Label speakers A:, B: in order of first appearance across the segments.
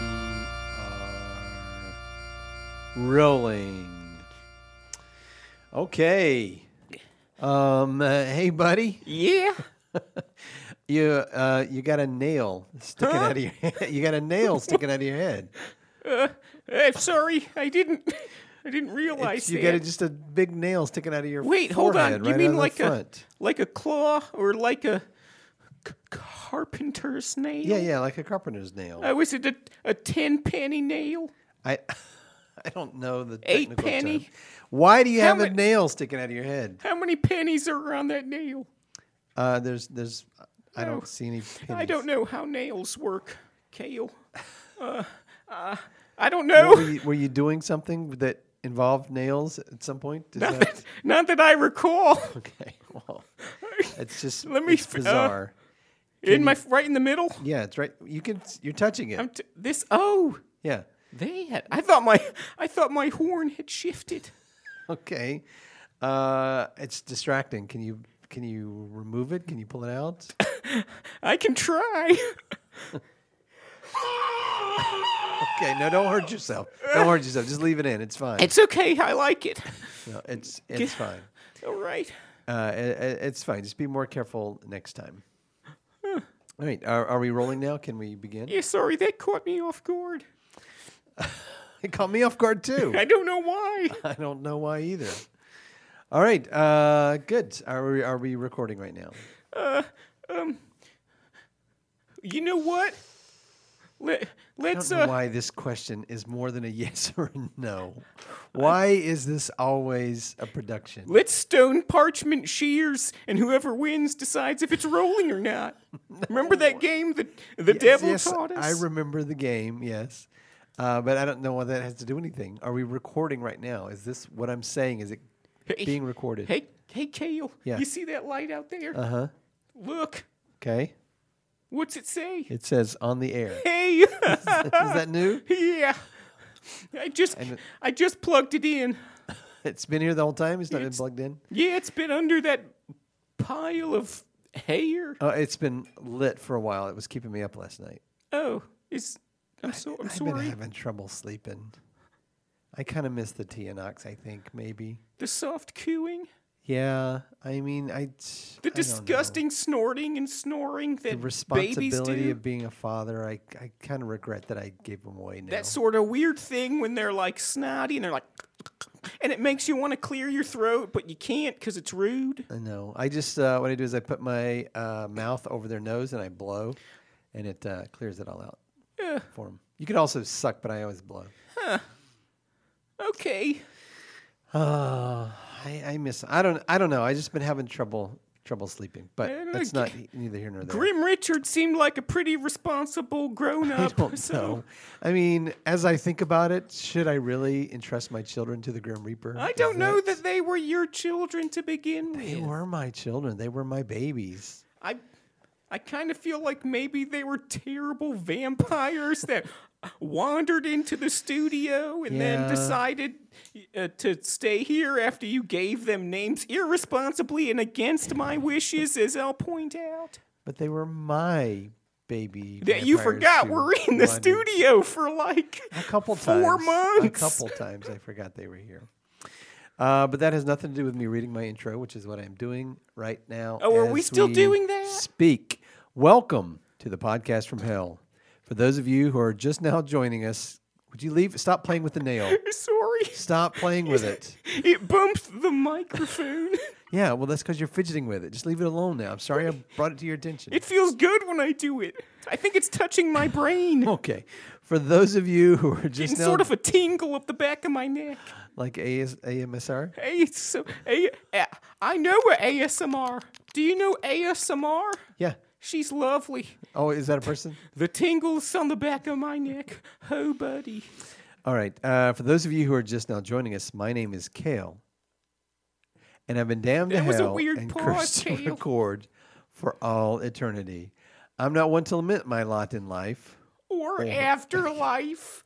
A: We are rolling. Okay. Um. uh, hey, buddy.
B: Yeah.
A: You uh. You got a nail sticking out of your. Head. You got a nail sticking out of your head.
B: I'm sorry. I didn't. I didn't realize
A: you
B: that.
A: got a, just a big nail sticking out of your.
B: Wait, hold on.
A: forehead
B: you
A: right
B: mean
A: on the
B: like a
A: front.
B: like a claw or like a c- carpenter's nail?
A: Yeah, yeah, like a carpenter's nail.
B: Uh, was it a, a ten penny nail?
A: I. I don't know the
B: Eight
A: technical term.
B: penny?
A: Why do you
B: How
A: have a
B: ma-
A: nail sticking out of your head?
B: How many pennies are on that nail?
A: Uh, there's, there's, I
B: No.
A: don't see any. Pennies.
B: Oh. I don't know how nails work, Kale. Uh, uh, I don't
A: Were
B: know.
A: you, were you doing something that involved nails at some point? Is
B: Not
A: that-
B: that, not that I recall.
A: okay. Well,
B: In
A: it's just
B: Let me
A: it's
B: f- uh,
A: bizarre.
B: my right in the middle.
A: yeah, it's right. You can. You're touching it.
B: I'm t- this. Oh,
A: yeah.
B: they had. I thought my I thought my horn had shifted.
A: Okay. Uh, it's distracting. Can you can you remove it? Can you pull it out?
B: I can try.
A: Okay. No, don't hurt yourself. Don't hurt yourself. Just leave it in. It's fine.
B: It's okay. I like it.
A: no, it's it's fine.
B: All right.
A: Uh, it, it- it's fine. Just be more careful next time. All right. Are, are we rolling now? Can we begin?
B: Yeah, sorry, that caught me off guard.
A: It caught me off guard too.
B: I don't know why.
A: I don't know why either. All right, uh, good. Are we are we recording right now?
B: You know what?
A: I
B: Let,
A: don't
B: let's
A: know
B: uh,
A: why this question is more than a yes or a no. Why is this always a production?
B: let's stone parchment shears, and whoever wins decides if it's rolling or not. Remember that game that the
A: Yes,
B: devil
A: yes,
B: taught
A: I
B: us?
A: remember the game. Yes, uh, but I don't know why that has to do anything. Are we recording right now? Is this what I'm saying? Is it
B: Hey.
A: being recorded?
B: hey, hey, Kale.
A: Yeah.
B: You see that light out there?
A: Uh huh.
B: Look.
A: Okay.
B: What's it say?
A: It says on the air.
B: Hey.
A: is that new?
B: yeah. I just I just plugged it in.
A: It's been here the whole time. It's not been
B: It's-
A: plugged in.
B: Yeah, it's been under that pile of hair.
A: Uh, it's been lit for a while. It was keeping me up last night.
B: Oh, is I'm so I'm
A: I've been
B: sorry.
A: having trouble sleeping. I kind of miss the Teanox, I think, maybe.
B: The soft cooing,
A: Yeah, I mean, I. t- I
B: the
A: don't know.
B: disgusting snorting and snoring that
A: The
B: babies
A: responsibility
B: do.
A: of being a father, I, I kind of regret that I gave them away now.
B: that sort of weird thing when they're like snotty and they're like, and it makes you want to clear your throat, but you can't because it's rude.
A: I know. I just, uh, what I do is I put my uh, mouth over their nose and I blow, and it uh, clears it all out
B: Yeah.
A: for them. You could also suck, but I always blow.
B: Okay.
A: Uh, I, I miss. I don't. I don't know. I just been having trouble trouble sleeping, but
B: Uh,
A: that's
B: g-
A: not e- neither here nor there.
B: Grim Richard seemed like a pretty responsible grown
A: I
B: up.
A: don't know.
B: so
A: I mean, as I think about it, should I really entrust my children to the Grim Reaper?
B: I
A: Is
B: don't know that they were your children to begin with.
A: they were my children. They were my babies.
B: I I kind of feel like maybe they were terrible vampires that wandered into the studio and
A: Yeah.
B: then decided uh, to stay here after you gave them names irresponsibly and against my wishes, as I'll point out.
A: But they were my baby.
B: That you
A: vampires
B: forgot
A: who
B: we're in the
A: wandered-
B: studio for like
A: A couple
B: four
A: times. A
B: months.
A: couple times I forgot they were here. Uh, but that has nothing to do with me reading my intro, which is what I'm doing right now.
B: Oh, are we
A: as
B: still doing that?
A: Speak. Welcome to the podcast from hell. For those of you who are just now joining us, Would you leave? Stop playing with the nail.
B: Sorry.
A: Stop playing with it.
B: It bumped the microphone.
A: Yeah, well, that's because you're fidgeting with it. Just leave it alone now. I'm sorry I brought it to your attention.
B: it feels good when I do it. I think it's touching my brain.
A: okay. For those of you who are just
B: It's
A: now
B: sort of a tingle up the back of my neck.
A: like AS, AMSR,
B: Hey, it's so, A- A- I know what ASMR. Do you know ASMR?
A: yeah.
B: She's lovely.
A: Oh, is that a person?
B: The tingles on the back of my neck. Oh, buddy.
A: All right. Uh, for those of you who are just now joining us, my name is Kale, and I've been damned to
B: That was a
A: hell
B: weird
A: and
B: pause,
A: cursed to
B: Kale.
A: record for all eternity. I'm not one to lament my lot in life, Oh.
B: Or afterlife.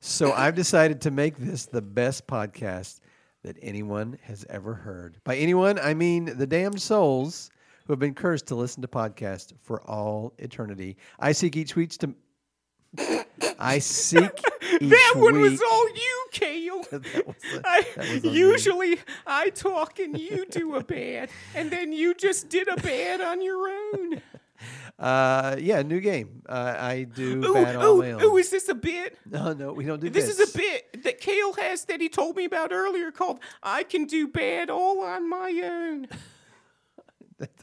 A: so I've decided to make this the best podcast that anyone has ever heard. By anyone, I mean the damned souls who have been cursed to listen to podcasts for all eternity. I seek each week to. I seek each
B: That one
A: week.
B: was all you, Kale.
A: That was a-
B: I,
A: that was on me.
B: usually I talk and you do a bad, and then you just did a bad on your own.
A: Uh, yeah, new game. Uh, I do
B: Ooh,
A: bad all
B: ooh,
A: my own.
B: ooh, is this a bit?
A: no, no, we don't do
B: This
A: this.
B: is a bit that Kale has that he told me about earlier called I Can Do Bad All on My Own.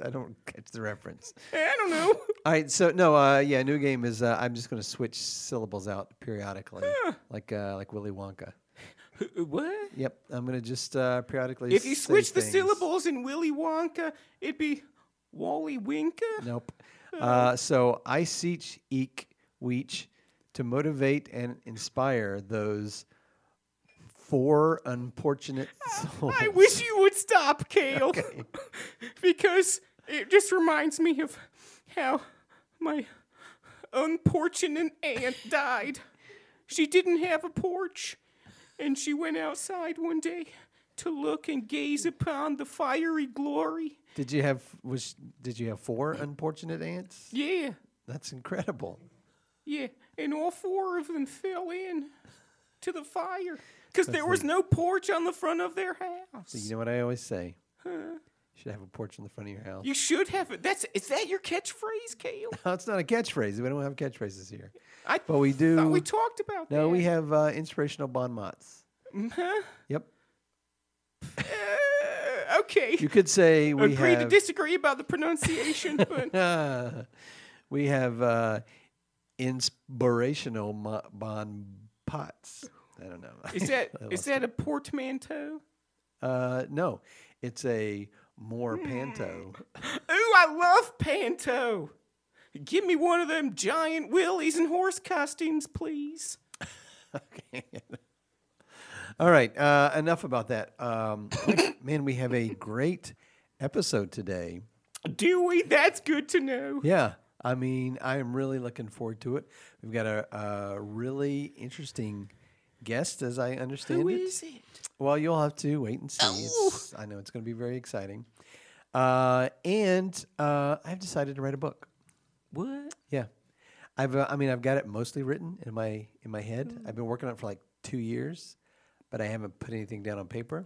A: I don't catch the reference.
B: I don't know.
A: All right, so no, uh, yeah, new game is. Uh, I'm just going to switch syllables out periodically, like uh, like Willy Wonka.
B: What?
A: Yep, I'm going to just uh, periodically.
B: If you
A: say
B: switch the
A: things.
B: syllables in Willy Wonka, it'd be Wally Winka.
A: Nope.
B: Oh.
A: Uh, so I seek eek weech to motivate and inspire those four unfortunate souls.
B: I wish you would stop, Kale. because it just reminds me of how my unfortunate aunt died. She didn't have a porch, and she went outside one day to look and gaze upon the fiery glory.
A: Did you have was did you have four
B: Mm.
A: unfortunate ants?
B: Yeah,
A: That's incredible.
B: yeah. And all four of them fell in to the fire because there was no porch on the front of their house.
A: You know what I always say? You should have a porch in the front of your house.
B: You should have it. That's is that your catchphrase, Kale?
A: No, it's not a catchphrase. We don't have catchphrases here.
B: I
A: But we
B: thought we
A: do-
B: talked about that.
A: No, we have uh, inspirational bon mots.
B: Huh?
A: Yep.
B: Uh, okay.
A: You could say we
B: Agree
A: have.
B: to disagree about the pronunciation, but
A: Ah, we have uh, inspirational mo- bon pots. I don't know.
B: is that is that a portmanteau?
A: uh, no, it's a
B: Hmm.
A: more panto.
B: Ooh, I love panto. Give me one of them giant willies and horse costumes, please.
A: All right, uh, enough about that. Um, man, we have a great episode today.
B: Do we? That's good to know.
A: Yeah, I mean, I am really looking forward to it. We've got a, a really interesting guest, as I understand
B: Who
A: it.
B: is it? Oh.
A: Well, you'll have to wait and see. It's, I know it's going to be very exciting. Uh, and uh, I've decided to write a book.
B: What?
A: Yeah, I've. Uh, I mean, I've got it mostly written in my in my head. I've been working on it for like two years, but I haven't put anything down on paper.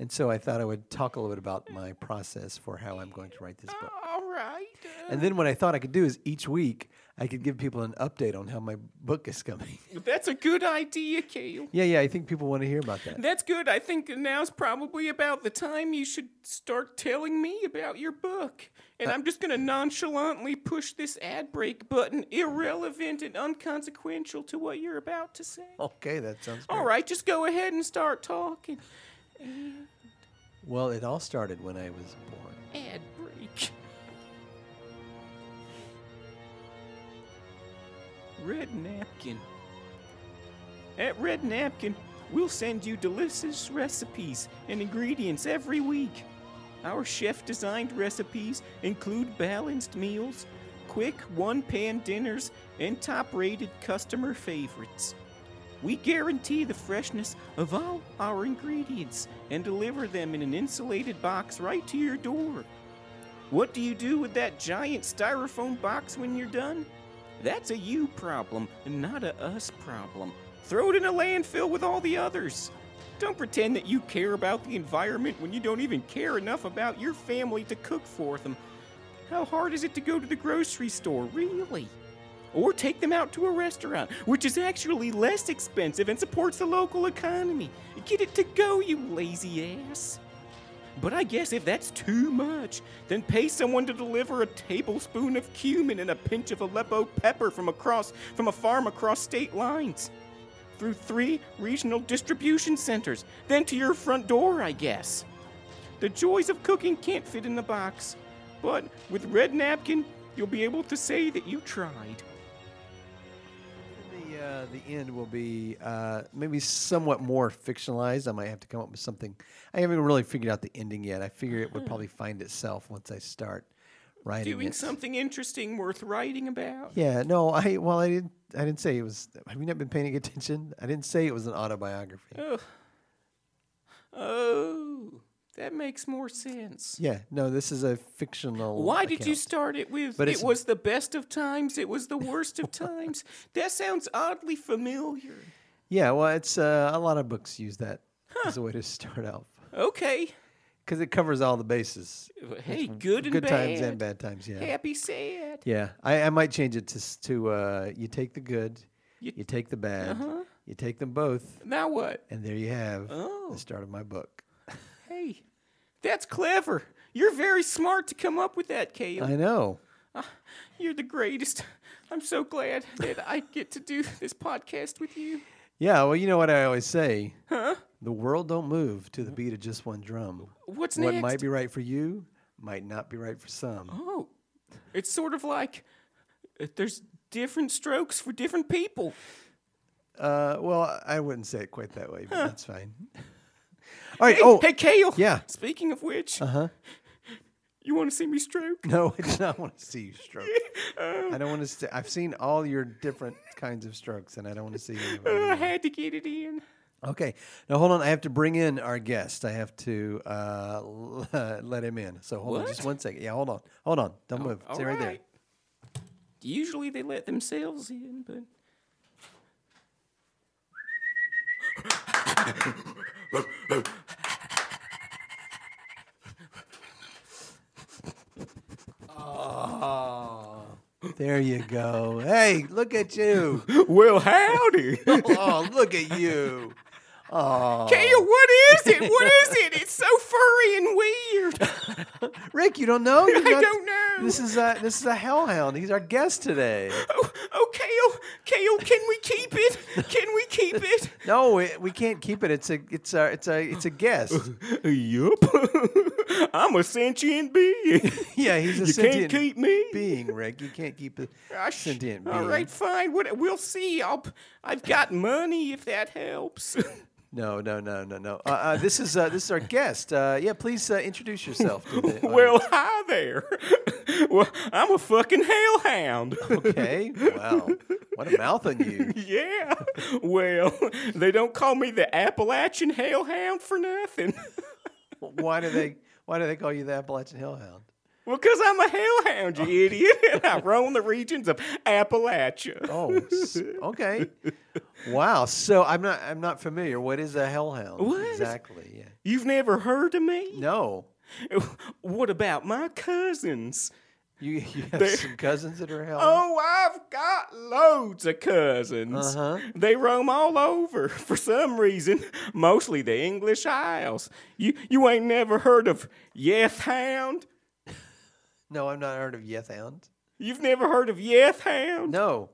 A: and so I thought I would talk a little bit about my process for how I'm going to write this book.
B: All right. uh,
A: And then what I thought I could do is each week I could give people an update on how my book is coming.
B: That's a good idea, Kale.
A: yeah, yeah, I think people want to hear about that.
B: That's good. I think now's probably about the time you should start telling me about your book. And I'm just going to nonchalantly push this ad break button, irrelevant and unconsequential to what you're about to say.
A: Oh, Okay, that sounds great.
B: All right, just go ahead and start talking.
A: Well, it all started when I was born.
B: Ad break. Red Napkin. At Red Napkin, we'll send you delicious recipes and ingredients every week. Our chef designed recipes include balanced meals, quick one pan dinners, and top rated customer favorites. We guarantee the freshness of all our ingredients and deliver them in an insulated box right to your door. What do you do with that giant styrofoam box when you're done? That's a you problem, not a us problem. Throw it in a landfill with all the others. Don't pretend that you care about the environment when you don't even care enough about your family to cook for them. How hard is it to go to the grocery store, really? or take them out to a restaurant, which is actually less expensive and supports the local economy. Get it to go, you lazy ass. But I guess if that's too much, then pay someone to deliver a tablespoon of cumin and a pinch of Aleppo pepper from across from a farm across state lines. Through three regional distribution centers, then to your front door, I guess. The joys of cooking can't fit in a box, but with Red Napkin, you'll be able to say that you tried.
A: The uh, the end will be uh, maybe somewhat more fictionalized. I might have to come up with something. I haven't really figured out the ending yet. I figure it would probably find itself once I start writing.
B: Uh-huh. Doing
A: it.
B: something interesting worth writing about.
A: Yeah. No. I well, I didn't. I didn't say it was. Have you not been paying attention? I didn't say it was an autobiography.
B: Ugh. Oh, that makes more sense.
A: Yeah. No. This is a fictional.
B: Why did you
A: account.
B: start it with
A: But
B: it
A: it's-
B: was the best of times, it was the worst of times? That sounds oddly familiar.
A: Yeah, well, it's uh, a lot of books use that as a way to start out
B: Okay.
A: because it covers all the bases,
B: Hey, good and
A: good
B: bad.
A: times and bad times. Yeah,
B: Happy, sad.
A: yeah. I, I might change it to s- to uh, you take the good, you,
B: You- Uh-huh.
A: take the bad, you take them both,
B: Now what?
A: and there you have
B: Oh.
A: the start of my book.
B: Hey, that's clever. You're very smart to come up with that, Caleb.
A: I know.
B: You're the greatest. I'm so glad that I get to do this podcast with you.
A: Yeah. Well, you know what I always say: the world don't move to the beat of just one drum. what
B: What's Mm-hmm. next?
A: might be right for you might not be right for some.
B: Oh, it's sort of like uh, there's different strokes for different people.
A: Uh, well, I wouldn't say it quite that way, but that's fine. All right.
B: Hey,
A: oh,
B: hey, Kale.
A: yeah.
B: Speaking of which, uh huh. You want to see me stroke?
A: No, I do not want to see you stroke.
B: Oh.
A: I don't want to. St- I've seen all your different kinds of strokes, and I don't want to see any of
B: Uh, I
A: them.
B: had to get it in.
A: Okay, now hold on. I have to bring in our guest. I have to uh, l- let him in. So hold on, just
B: What? Oh,
A: one second. Yeah, hold on, hold on. Don't move.
B: All
A: Stay right, there.
B: right. Usually they let themselves in, but
A: There you go. Hey, look at you.
B: well, howdy.
A: oh, look at you.
B: Kale, what is it? What is it? It's so furry and weird.
A: Rick, you don't know? You're
B: I don't know.
A: This is a this is a hellhound. He's our guest today.
B: Oh, oh, Kale, Kale, can we keep it? Can we keep it?
A: No, we, we can't keep it. It's a it's a it's a it's a guest.
B: yup. I'm a sentient being.
A: Yeah, he's a
B: you
A: sentient
B: can't keep me.
A: being, Rick. You can't keep a
B: Gosh.
A: sentient being.
B: All right, fine. What, we'll see. I'll, p- I've got money if that helps.
A: No, no, no, no, no. Uh, uh, this is uh, this is our guest. Uh, yeah, please uh, introduce yourself. To the
B: well, hi there. well, I'm a fucking hellhound.
A: audience. okay. Wow, what a mouth on you.
B: yeah. Well, they don't call me the Appalachian hellhound for nothing.
A: Why do they Why do they call you the Appalachian Hellhound?
B: Well, because I'm a hellhound, you idiot. And I roam the regions of Appalachia.
A: Oh, s- okay. Wow. So I'm not I'm not familiar. What is a hellhound
B: What is-
A: exactly? Yeah.
B: You've never heard of me?
A: No.
B: What about my cousins?
A: You, you have some cousins that are hellhounds.
B: Oh, I've got loads of cousins.
A: Uh-huh.
B: They roam all over for some reason, mostly the English Isles. You you ain't never heard of Yeth Hound?
A: No, I've not heard of Yethound.
B: You've never heard of Yeth Hound?
A: No.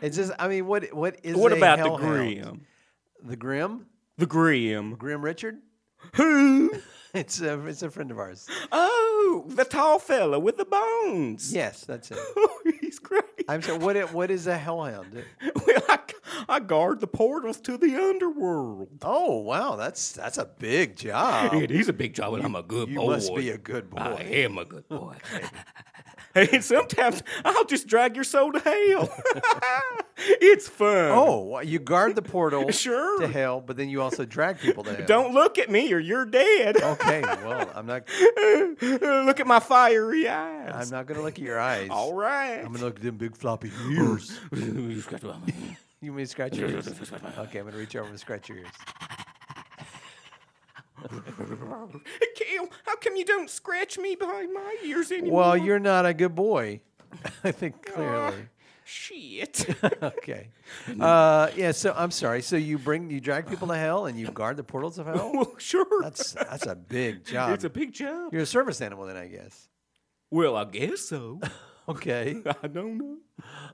A: It's just I mean, what what is
B: what
A: a
B: about the
A: hellhound?
B: Grim?
A: The Grim?
B: The Grim.
A: Grim Richard?
B: Who?
A: It's a it's a friend of ours.
B: Oh, the tall fella with the bones.
A: Yes, that's it.
B: Oh, he's great.
A: I'm sorry. What i- what is a hellhound?
B: well, I, I guard the portals to the underworld.
A: Oh wow, that's that's a big job.
B: It is a big job, and I'm a good
A: You
B: boy.
A: must be a good
B: I
A: boy.
B: am a good boy. and sometimes I'll just drag your soul to hell. it's fun.
A: Oh, wow, you guard the portal
B: Sure.
A: to hell, but then you also drag people to hell.
B: Don't look at me or you're dead.
A: Okay, well, I'm not
B: look at my fiery eyes.
A: I'm not going to look at your eyes.
B: All right.
A: I'm going to look at them big floppy ears.
B: You've got to-
A: you mean scratch your ears? Okay, I'm going to reach over and scratch your ears.
B: Kale, how come you don't scratch me behind my ears anymore?
A: Well, you're not a good boy. I think clearly.
B: Shit.
A: okay. Uh, yeah. So I'm sorry. So you bring you drag people to hell and you guard the portals of hell.
B: well, sure.
A: That's that's a big job.
B: it's a big job.
A: You're a service animal then, I guess.
B: Well, I guess so.
A: Okay.
B: I don't know.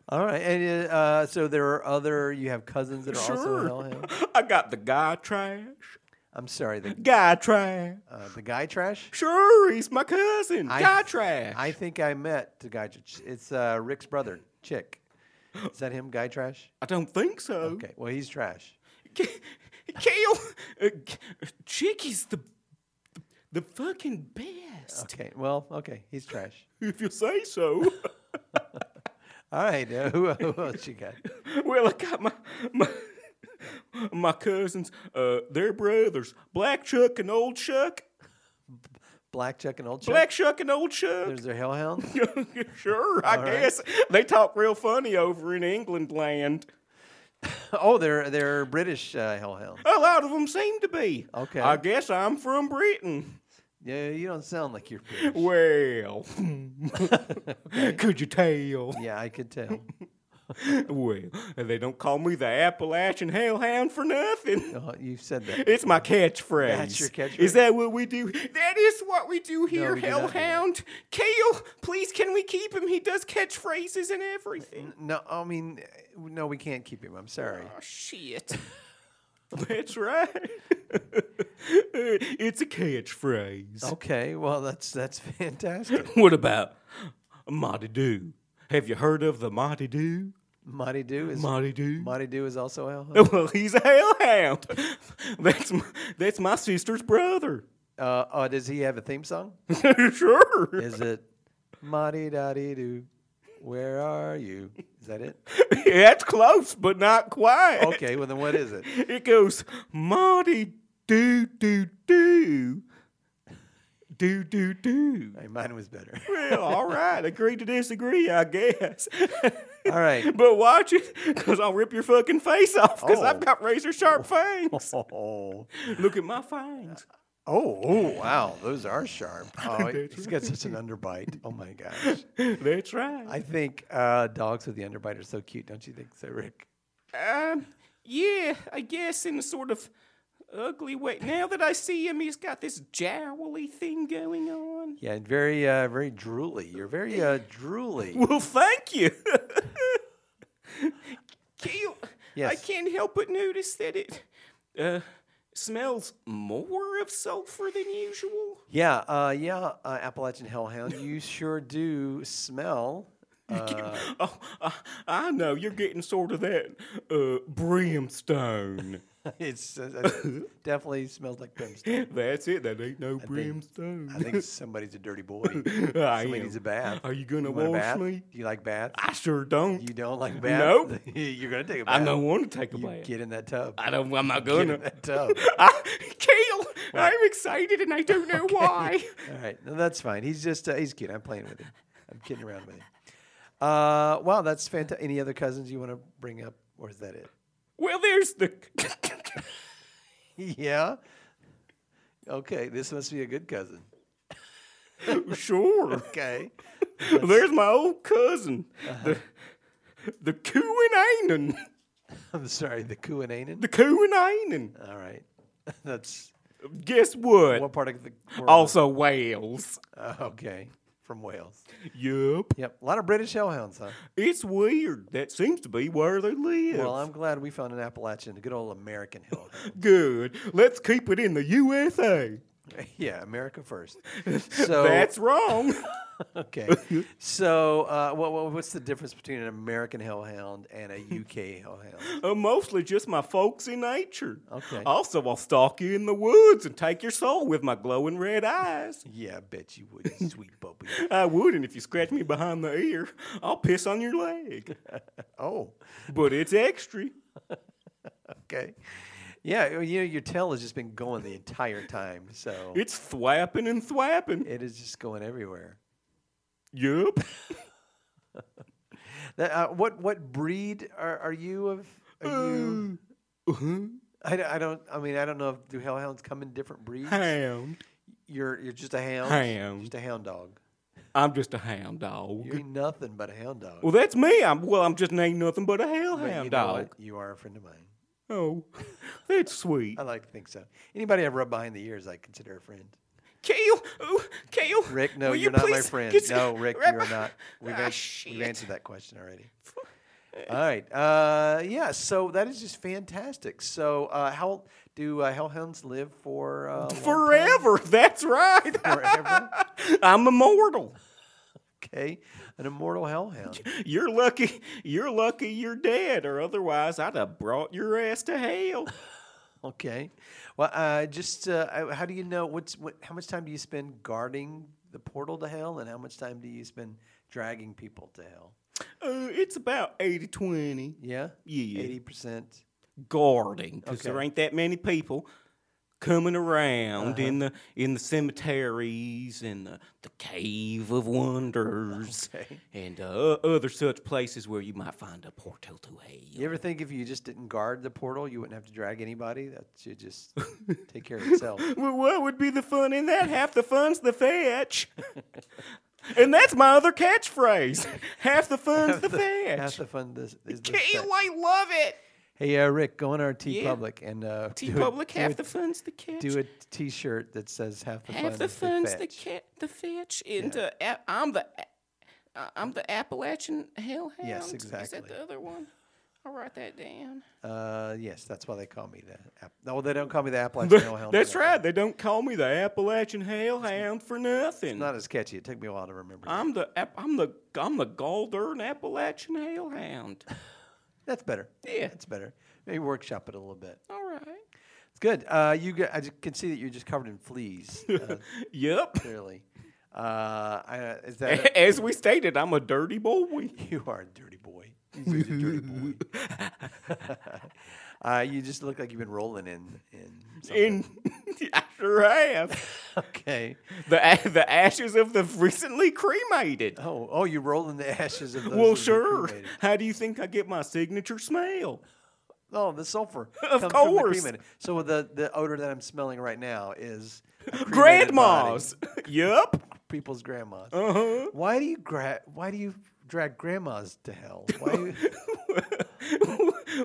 A: All right. And uh, uh, so there are other. You have cousins that are also in hell.
B: Sure.
A: hell?
B: I got the guy trash.
A: I'm sorry. The
B: Guy trash.
A: uh, the guy trash.
B: Sure, he's my cousin.
A: I-
B: guy trash.
A: I think I met the guy. Trash. It's uh, Rick's brother, Chick. Is that him? Guy trash.
B: I don't think so.
A: Okay. Well, he's trash.
B: K- Kale, uh, K- Chick is the the fucking best.
A: Okay. Well, okay. He's trash.
B: If you say so.
A: All right. Uh, who, who else you got?
B: well, I got my my, my cousins, uh, their brothers, Black Chuck and Old Chuck.
A: Black Chuck and Old Chuck.
B: Black Chuck and Old Chuck.
A: There's their hellhound.
B: sure, I guess they talk real funny over in England land.
A: Oh, they're they're British uh, hellhound.
B: A lot of them seem to be.
A: Okay.
B: I guess I'm from Britain.
A: Yeah, you don't sound like you're British.
B: Well, could you tell?
A: Yeah, I could tell.
B: Well, they don't call me the Appalachian Hellhound for nothing.
A: Oh, you said that.
B: It's my catchphrase.
A: That's your catchphrase?
B: Is that what we do? That is what we do here,
A: we do not do that.
B: Hellhound. Kale, please, can we keep him? He does catchphrases and everything.
A: No, I mean, no, we can't keep him. I'm sorry.
B: Oh, shit. That's right. it's a catchphrase.
A: Okay, well that's that's fantastic.
B: What about Marty Doo? Have you heard of the Marty Doo?
A: Marty Doo is
B: Marty Doo?
A: Marty Doo is also a hellhound.
B: Well, he's a hellhound. That's my, that's my sister's brother.
A: Uh, uh, does he have a theme song?
B: sure.
A: Is it Marty Dotty Doo? Where are you? Is that it?
B: That's close, but not quite.
A: Okay, well then what is it?
B: It goes Marty do do do do do do.
A: Hey, mine was better.
B: Well, all right. Agree to disagree, I guess.
A: All right.
B: but watch it, because I'll rip your fucking face off, because
A: Oh.
B: I've got razor sharp fangs.
A: Oh,
B: Look at my fangs.
A: oh, oh wow, those are sharp. Oh, he's got such an underbite. Oh my gosh.
B: That's right.
A: I think uh, dogs with the underbite are so cute, don't you think so, Rick?
B: Um, yeah, I guess in a sort of ugly way. Now that I see him, he's got this jowly thing going on.
A: Yeah, and very, uh, very drooly. You're very uh, drooly.
B: Well, thank you. Keel, I
A: Yes.
B: can't help but notice that it uh, smells more of sulfur than usual.
A: Yeah, uh, yeah, uh, Appalachian Hellhound. You sure do smell.
B: oh, I, I know you're getting sort of that uh, brimstone.
A: It's uh, uh, definitely smells like brimstone.
B: That's it. That ain't no brimstone.
A: I think somebody's a dirty boy.
B: I
A: Somebody
B: am.
A: needs a bath.
B: Are you gonna
A: want a
B: wash
A: bath?
B: me?
A: Do you like baths?
B: I sure don't.
A: You don't like baths?
B: Nope.
A: You're gonna take a bath.
B: I don't want to take a
A: You
B: bath.
A: Get in that tub.
B: I don't. I'm not
A: Get
B: gonna.
A: in that tub.
B: I, Kale, I'm excited and I don't know why.
A: All right, no, that's fine. He's just uh, he's cute. I'm playing with him. I'm kidding around with him. Uh, wow, that's fantastic. Any other cousins you want to bring up, or is that it?
B: Well, there's the.
A: yeah. Okay, this must be a good cousin.
B: sure.
A: Okay.
B: There's my old cousin,
A: Uh-huh.
B: the the Kuinainen.
A: I'm sorry, the Kuananan.
B: The Kuinainen.
A: All right, that's
B: Guess what?
A: Uh, what part of the world?
B: also Wales.
A: Uh, okay, from Wales.
B: Yup.
A: Yep, a lot of British hellhounds, huh?
B: It's weird. That seems to be where they live.
A: Well, I'm glad we found an Appalachian, a good old American hellhound.
B: Good. Let's keep it in the USA.
A: yeah, America first. So
B: That's wrong.
A: Okay. so, uh, what, what, what's the difference between an American hellhound and a UK hellhound?
B: Uh, mostly just my folksy nature.
A: Okay.
B: Also, I'll stalk you in the woods and take your soul with my glowing red eyes.
A: Yeah, I bet you would, you sweet puppy.
B: I would, and if you scratch me behind the ear, I'll piss on your leg.
A: Oh,
B: But it's extra.
A: okay. Yeah, you know, your tail has just been going the entire time, so
B: It's thwapping and thwapping.
A: it is just going everywhere.
B: Yup.
A: That, uh, what what breed are, are you of? Are
B: Uh.
A: you? I, don't- I don't. I mean, I don't know. if Do hellhounds come in different breeds?
B: Hound.
A: You're you're just a hound.
B: Hound.
A: Just a hound dog.
B: I'm just a hound dog.
A: You ain't nothing but a hound dog.
B: Well, that's me. I'm well. I'm just ain't nothing but a hell
A: But you
B: hound
A: know
B: dog.
A: what? You are a friend of mine.
B: Oh, that's sweet.
A: I like to think so. Anybody ever rub behind the ears, I consider a friend.
B: Kale, oh, Kale.
A: Rick, no,
B: will
A: you're
B: you
A: not my
B: please
A: friend.
B: get-
A: No, Rick,
B: wrap-
A: you're not. We've,
B: ah,
A: ans- we've
B: shit.
A: answered that question already. All right. Uh, yeah. So that is just fantastic. So uh, how do uh, hellhounds live for uh, a long time?
B: Forever. That's right.
A: Forever.
B: I'm immortal.
A: Okay. An immortal hellhound.
B: You're lucky. You're lucky. You're dead, or otherwise I'd have brought your ass to hell.
A: Okay. Well, uh, just uh, uh, how do you know what's what, how much time do you spend guarding the portal to hell, and how much time do you spend dragging people to hell?
B: Uh, it's about 80-20.
A: Yeah.
B: Yeah.
A: Eighty percent.
B: guarding because there
A: Okay.
B: ain't that many people coming around in the in the cemeteries and the, the cave of wonders
A: Okay.
B: and uh, other such places where you might find a portal to hell.
A: You ever think if you just didn't guard the portal, you wouldn't have to drag anybody? That should just take care of itself.
B: Well, what would be the fun in that? Half the fun's the fetch. and that's my other catchphrase. Half the fun's the, fetch.
A: Half the fun this is the
B: Kale,
A: sex.
B: I love it.
A: Hey, uh, Rick, go on our T
B: Yeah.
A: Public and uh,
B: T
A: do a-
B: public,
A: do
B: half
A: a-
B: the fun's the catch.
A: do a T-shirt that says "Half the fun."
B: Half the
A: is
B: fun's the
A: fetch."
B: cat, the fetch, and uh a- I'm the a- uh, I'm the Appalachian Hellhound. Is that
A: exactly.
B: the other one? I'll write that down.
A: Uh, yes, that's why they call me the. App- no, they don't call me the Appalachian Hellhound.
B: That's
A: for that.
B: right. They don't call me the Appalachian Hellhound for nothing.
A: Not as catchy. It took me a while to remember. that.
B: I'm the App- I'm the I'm the Goldern Appalachian Hellhound.
A: That's better.
B: Yeah.
A: that's better. Maybe workshop it a little bit.
B: All right.
A: It's good. Uh, you, g- I j- can see that you're just covered in fleas. Uh,
B: Yep.
A: clearly, uh, I, is that a-
B: As we stated, I'm a dirty boy.
A: you are a dirty boy? You're a dirty boy. uh, you just look like you've been rolling in. in something.
B: And I sure have.
A: okay.
B: The a- the ashes of the recently cremated.
A: Oh, oh, you roll in the ashes of those.
B: Well,
A: that were
B: sure.
A: cremated.
B: How do you think I get my signature smell?
A: Oh, the sulfur. comes From
B: Of
A: the
B: course.
A: cremated. so the the odor that I'm smelling right now is a cremated
B: Grandma's. yep.
A: body, people's grandmas.
B: Uh huh.
A: Why do you gra- Why do you drag grandmas to hell? Why? Do you,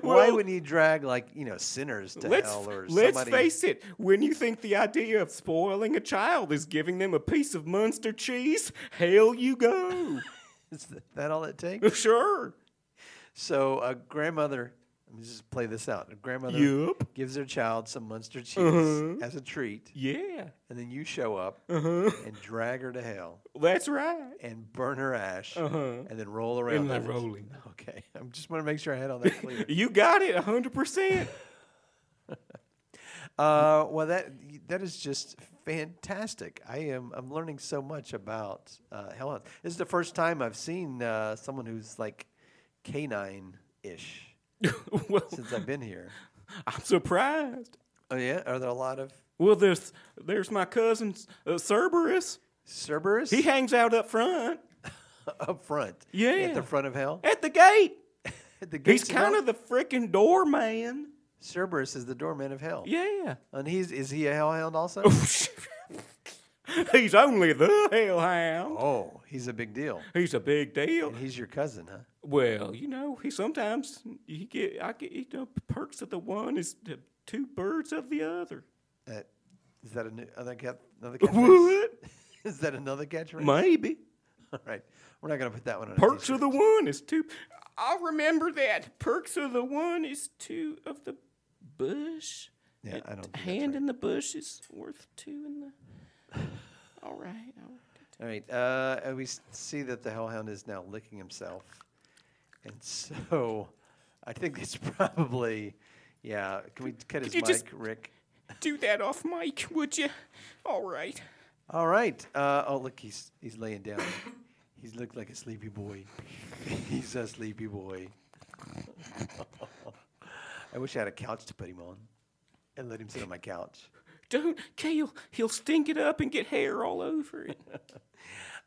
A: why
B: well,
A: wouldn't you drag like you know sinners to
B: let's
A: hell or
B: let's
A: somebody?
B: face it. When you think the idea of spoiling a child is giving them a piece of Munster cheese, hell you go.
A: is that all it takes?
B: sure.
A: so a grandmother. Let me just play this out. A grandmother
B: Yep.
A: gives her child some Munster cheese
B: Uh-huh.
A: as a treat,
B: Yeah.
A: and then you show up
B: Uh-huh.
A: and drag her to hell
B: That's right.
A: and burn her ash, and then roll around.
B: And the
A: with it.
B: Uh-huh. rolling.
A: Okay, I am just want to make sure I had all that clear.
B: You got it, hundred percent.
A: Uh, well, that that is just fantastic. I am I'm learning so much about uh, hellhounds. This is the first time I've seen uh, someone who's like canine ish
B: Well,
A: since I've been here.
B: I'm surprised.
A: Oh yeah, are there a lot of
B: Well, there's there's my cousin uh, Cerberus.
A: Cerberus
B: He hangs out up front
A: up front? at
B: Yeah.
A: the front of hell.
B: at the gate.
A: At the
B: He's
A: gates hell?
B: kind of the freaking doorman.
A: Cerberus is the doorman of hell.
B: Yeah.
A: and he's is he a hellhound also?
B: he's only the hellhound.
A: oh, he's a big deal.
B: He's a big deal.
A: And he's your cousin, huh?
B: Well, you know, he sometimes he get I get you know perks of the one is the two birds of the other.
A: That is that a new, other cat, another catchphrase?
B: What?
A: is that another catchphrase?
B: Maybe
A: All right, we're not gonna put that one. on a
B: perks
A: t-shirt.
B: of the one is two. I'll remember that. Perks of the one is two of the bush.
A: Yeah, I don't. Think that's
B: Hand
A: right.
B: in the bush is worth two in the. All right. All right.
A: All right. Uh, and we s- see that the hellhound is now licking himself, and so I think it's probably, yeah. Can we cut his
B: you
A: mic,
B: just-
A: Rick?
B: Do that off mic, would you? All right.
A: All right. Uh, oh, look, he's he's laying down. he's looked like a sleepy boy. he's a sleepy boy. I wish I had a couch to put him on, and let him sit on my couch.
B: Don't, Kale. He'll stink it up and get hair all over it.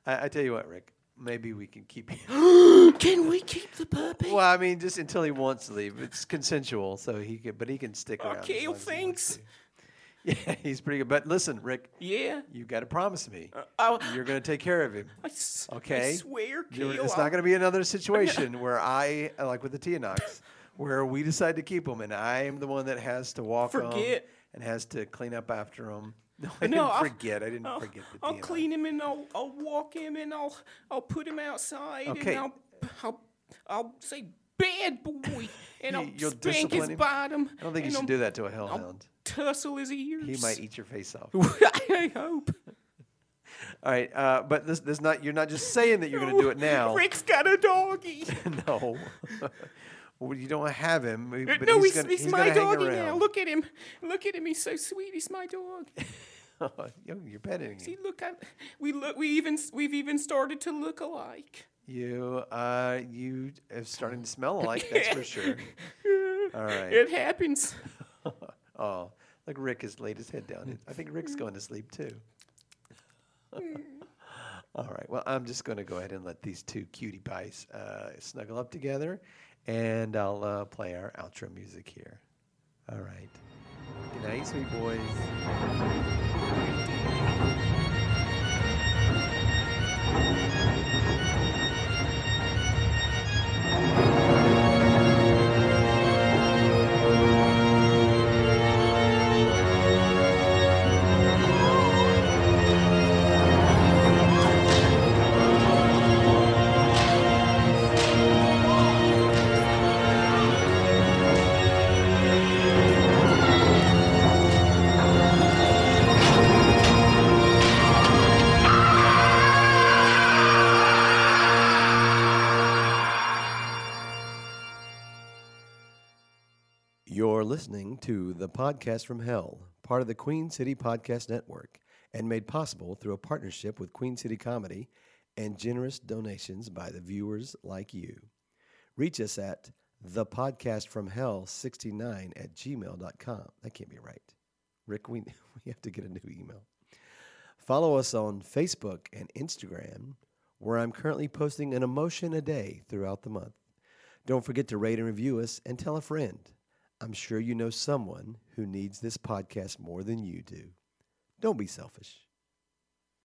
A: I, I tell you what, Rick. Maybe we can keep him.
B: Can we keep the puppy?
A: Well, I mean, just until he wants to leave. It's consensual, so he could, but he can stick
B: Oh,
A: around. as
B: Kale,
A: long as he wants
B: thanks.
A: to. Yeah, he's pretty good. But listen, Rick,
B: Yeah.
A: you got to promise me
B: Uh, I'll-
A: you're going to take care of him.
B: I s- I
A: Okay.
B: swear,
A: Dude,
B: Keo,
A: it's
B: I'll-
A: not going to be another situation where I, like with the Teanox, where we decide to keep him and I am the one that has to walk 'em
B: Forget.
A: and has to clean up after him. No, I
B: No,
A: didn't
B: I'll-
A: forget. I didn't
B: I'll,
A: forget the
B: I'll
A: Teanox.
B: clean him and I'll, I'll walk him and I'll I'll put him outside
A: Okay.
B: and I'll I'll I'll say bad boy and
A: You-
B: I'll
A: you'll
B: spank his
A: discipline him?
B: bottom.
A: I don't think you
B: and
A: should
B: I'll
A: do that to a hellhound.
B: Tussle his ears.
A: He might eat your face off.
B: I hope.
A: All right, uh, but this, this not you're not just saying that you're going to do it now.
B: Rick's got a doggy.
A: no, well, you don't have him.
B: Uh,
A: But
B: no,
A: he's,
B: he's,
A: gonna,
B: he's,
A: he's
B: my
A: gonna hang
B: doggy now.
A: around.
B: Look at him. Look at him. He's so sweet. He's my dog.
A: Yo, you're petting him.
B: See, look, I'm, we look. We even s- we've even started to look alike.
A: You, uh, you are starting to smell like that's for sure. All right.
B: It happens.
A: Oh, look, Rick has laid his head down. I think Rick's going to sleep too. All right. Well, I'm just going to go ahead and let these two cutie pies uh, snuggle up together, and I'll uh, play our outro music here. All right. Good night, sweet boys. You're listening to the podcast from hell, part of the Queen City Podcast Network, and made possible through a partnership with Queen City Comedy and generous donations by the viewers like you. Reach us at thepodcastfromhell69 at gmail.com. That can't be right. Rick, we, we have to get a new email. Follow us on Facebook and Instagram, where I'm currently posting an emotion a day throughout the month. Don't forget to rate and review us and tell a friend. I'm sure you know someone who needs this podcast more than you do. Don't be selfish.